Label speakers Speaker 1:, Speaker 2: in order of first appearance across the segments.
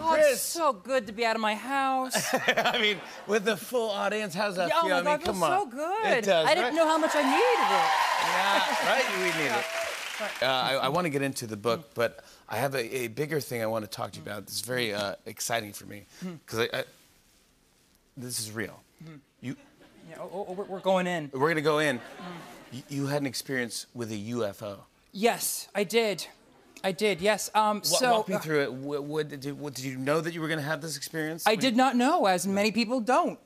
Speaker 1: Oh,
Speaker 2: Chris.
Speaker 1: it's so good to be out of my house.
Speaker 2: I mean, with the full audience, how's that
Speaker 1: oh
Speaker 2: feel?
Speaker 1: my
Speaker 2: I mean,
Speaker 1: God, it feels
Speaker 2: come on.
Speaker 1: so good.
Speaker 2: It does.
Speaker 1: I didn't
Speaker 2: right?
Speaker 1: know how much I needed it.
Speaker 2: Yeah, right? We need it. Uh, I, I want to get into the book, but I have a, a bigger thing I want to talk to you about. It's very uh, exciting for me
Speaker 1: Hmm.
Speaker 2: because I, I, this is real. You,
Speaker 1: Yeah, oh, oh, oh, we're- we're going in.
Speaker 2: we're going to go in. You, you had an experience with a UFO.
Speaker 1: Yes, I did. I did. Yes. Um.
Speaker 2: Wa-
Speaker 1: so
Speaker 2: walk me through it. What, what, did, you- what, did you know that you were going to have this experience?
Speaker 1: I did not know, as many people don't.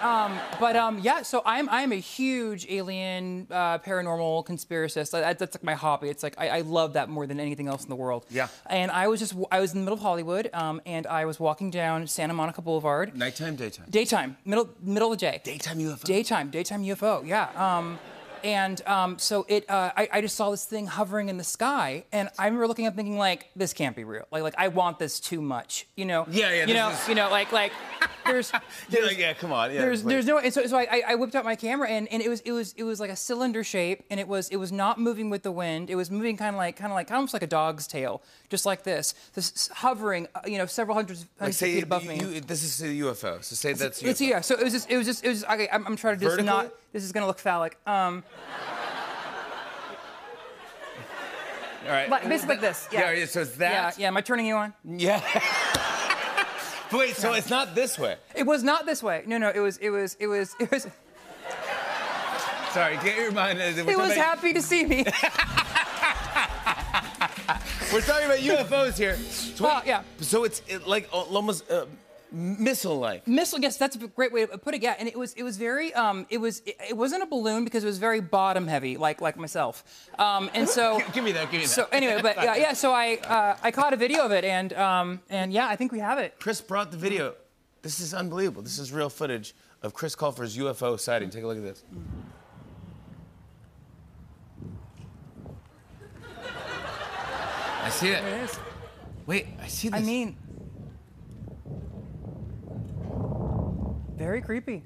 Speaker 1: Um, but um, yeah, so I'm I'm a huge alien uh, paranormal conspiracist. I, I- that's like my hobby. It's like I, I love that more than anything else in the world.
Speaker 2: Yeah.
Speaker 1: And I was just I was in the middle of Hollywood, um, and I was walking down Santa Monica Boulevard.
Speaker 2: Nighttime, daytime.
Speaker 1: Daytime, middle middle of the day.
Speaker 2: daytime UFO.
Speaker 1: Daytime, daytime UFO, yeah. Um, and um, so it, uh, I, I just saw this thing hovering in the sky, and I remember looking up, thinking like, this can't be real. Like, like I want this too much, you know?
Speaker 2: Yeah, yeah,
Speaker 1: You
Speaker 2: this
Speaker 1: know,
Speaker 2: is-
Speaker 1: you know, like, like there's,
Speaker 2: You're
Speaker 1: there's-
Speaker 2: like, yeah, come on. Yeah,
Speaker 1: there's,
Speaker 2: like-
Speaker 1: there's no, and so, so I, I whipped out my camera, and, and it was, it was, it was like a cylinder shape, and it was, it was not moving with the wind. It was moving kind of like, kind of like, almost like a dog's tail, just like this, this hovering, uh, you know, several hundreds,
Speaker 2: Like,
Speaker 1: hundreds of
Speaker 2: say
Speaker 1: feet above
Speaker 2: you,
Speaker 1: me.
Speaker 2: you- this is a UFO. So say that's
Speaker 1: It's
Speaker 2: UFO.
Speaker 1: yeah. So it was just. It was just. It was. Okay, I'm, I'm trying to just
Speaker 2: Vertical?
Speaker 1: not. This is gonna look phallic. Um,
Speaker 2: All right.
Speaker 1: like, basically like this. Yeah.
Speaker 2: Yeah, yeah, so it's that.
Speaker 1: Yeah. Yeah. Am I turning you on?
Speaker 2: Yeah. But Wait, so it's not this way.
Speaker 1: It was not this way. No. No. It was. It was. It was. It was.
Speaker 2: Sorry, get your mind. uh, We're
Speaker 1: It
Speaker 2: talking
Speaker 1: was
Speaker 2: about-
Speaker 1: happy to see me.
Speaker 2: We're talking about UFOs here. So
Speaker 1: Well, Oh, yeah.
Speaker 2: So it's it, like al- almost uh, missile-like.
Speaker 1: Missile. Yes, that's a great way to put it. Yeah. And it was. It was very. Um. It was. It, it wasn't a balloon because it was very bottom heavy, like like myself. Um. And so.
Speaker 2: Give me that. Give me that.
Speaker 1: So eh- anyway, but yeah, yeah. So I uh, I caught a video of it, and um and yeah, I think we have it.
Speaker 2: Chris brought the video. This is unbelievable. This is real footage of Chris Colfer's UFO sighting. Take a look at this. I see it.
Speaker 1: There it is.
Speaker 2: Wait, I see this.
Speaker 1: I mean, very creepy.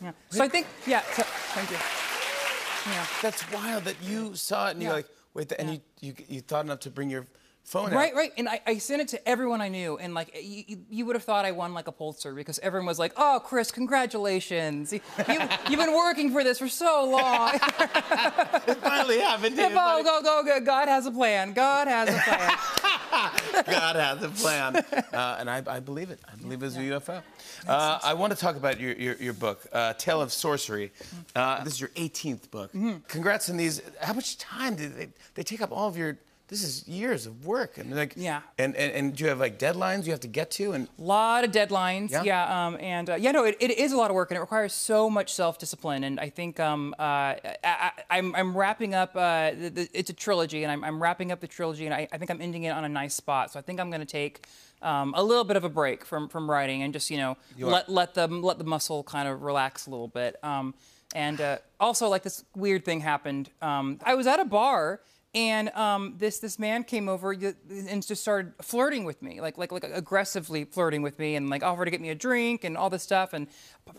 Speaker 1: Yeah. So I think, yeah. So, thank you. Yeah.
Speaker 2: That's wild that you saw it and you're
Speaker 1: Yeah.
Speaker 2: like, wait, and
Speaker 1: Yeah.
Speaker 2: you, you you thought enough to bring your phone
Speaker 1: Right,
Speaker 2: out.
Speaker 1: right. And I, I sent it to everyone I knew, and like you, you- you would have thought I won like a Pulitzer because everyone was like, "Oh, Chris, congratulations! You, you, you've been working for this for so long. Oh,
Speaker 2: It finally happened. didn't it?
Speaker 1: go, go, go, go! God has a plan. God has a plan."
Speaker 2: God has a plan. Uh, and I, I believe it. I believe it's a UFO. Uh, I want to talk about your, your, your book, uh, Tale of Sorcery.
Speaker 1: Mm-hmm.
Speaker 2: Uh, this is your 18th book. Congrats on these. How much time did they, they take up all of your? This is years of work and like
Speaker 1: Yeah.
Speaker 2: And, and and do you have like deadlines you have to get to and
Speaker 1: lot of deadlines.
Speaker 2: Yeah?
Speaker 1: Yeah. um, and uh, yeah, no, it, it is a lot of work, and it requires so much self-discipline. And I think um, uh, I, I, I'm, I'm wrapping up. Uh, the, the, it's a trilogy, and I'm, I'm wrapping up the trilogy, and I, I think I'm ending it on a nice spot. So I think I'm going to take um, a little bit of a break from from writing, and just you know
Speaker 2: are.
Speaker 1: let let the let the muscle kind of relax a little bit. Um, and uh, also, like this weird thing happened. Um, I was at a bar, and um, this this man came over y- and just started flirting with me, like like like aggressively flirting with me, and like offered to get me a drink and all this stuff, and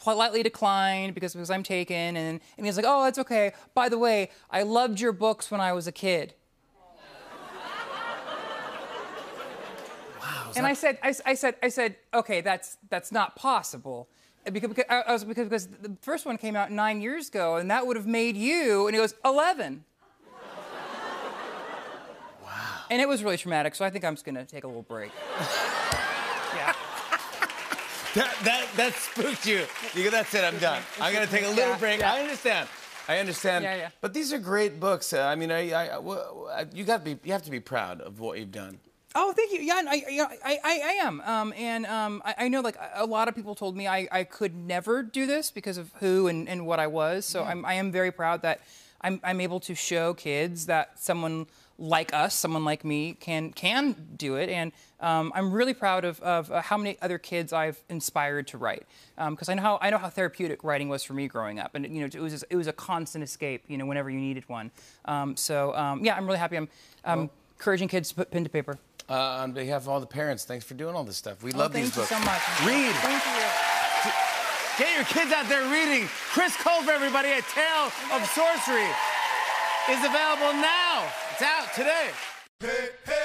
Speaker 1: politely declined because because I'm taken, and and he's like, oh, that's okay. By the way, I loved your books when I was a kid. and I said, I, s- I said, I said, okay, that's that's not possible, And because, because I I was because, because the first one came out nine years ago, and that would have made you. And he goes, eleven. Wow. And it was really traumatic, so I think I'm just gonna take a little break. yeah.
Speaker 2: that that that spooked you. You go, that's it. I'm done. I'm gonna take a little
Speaker 1: Yeah,
Speaker 2: break.
Speaker 1: yeah.
Speaker 2: I understand. I understand.
Speaker 1: Yeah, yeah.
Speaker 2: But these are great books. Uh, I mean, I, I, I, you got to be you have to be proud of what you've done.
Speaker 1: Oh, thank you. Yeah, and I, you know, I, I, I am. Um, and um, I, I know, like, a- a lot of people told me I, I could never do this because of who and, and what I was. So I'm, I am very proud that I'm, I'm able to show kids that someone like us, someone like me, can can do it. And um, I'm really proud of, of uh, how many other kids I've inspired to write because I know how I know how therapeutic writing was for me growing up, and you know it was it was a constant escape. You know, whenever you needed one. Um, so um, yeah, I'm really happy. I'm. Um, Encouraging kids to put pen to paper.
Speaker 2: Uh, on behalf of all the parents, thanks for doing all this stuff. We love
Speaker 1: Oh, thank
Speaker 2: these
Speaker 1: you
Speaker 2: books.
Speaker 1: so much.
Speaker 2: Read.
Speaker 1: Thank you.
Speaker 2: Get your kids out there reading. Chris Colfer, everybody, A Tale of Sorcery is available now. It's out today.
Speaker 3: Hey, hey.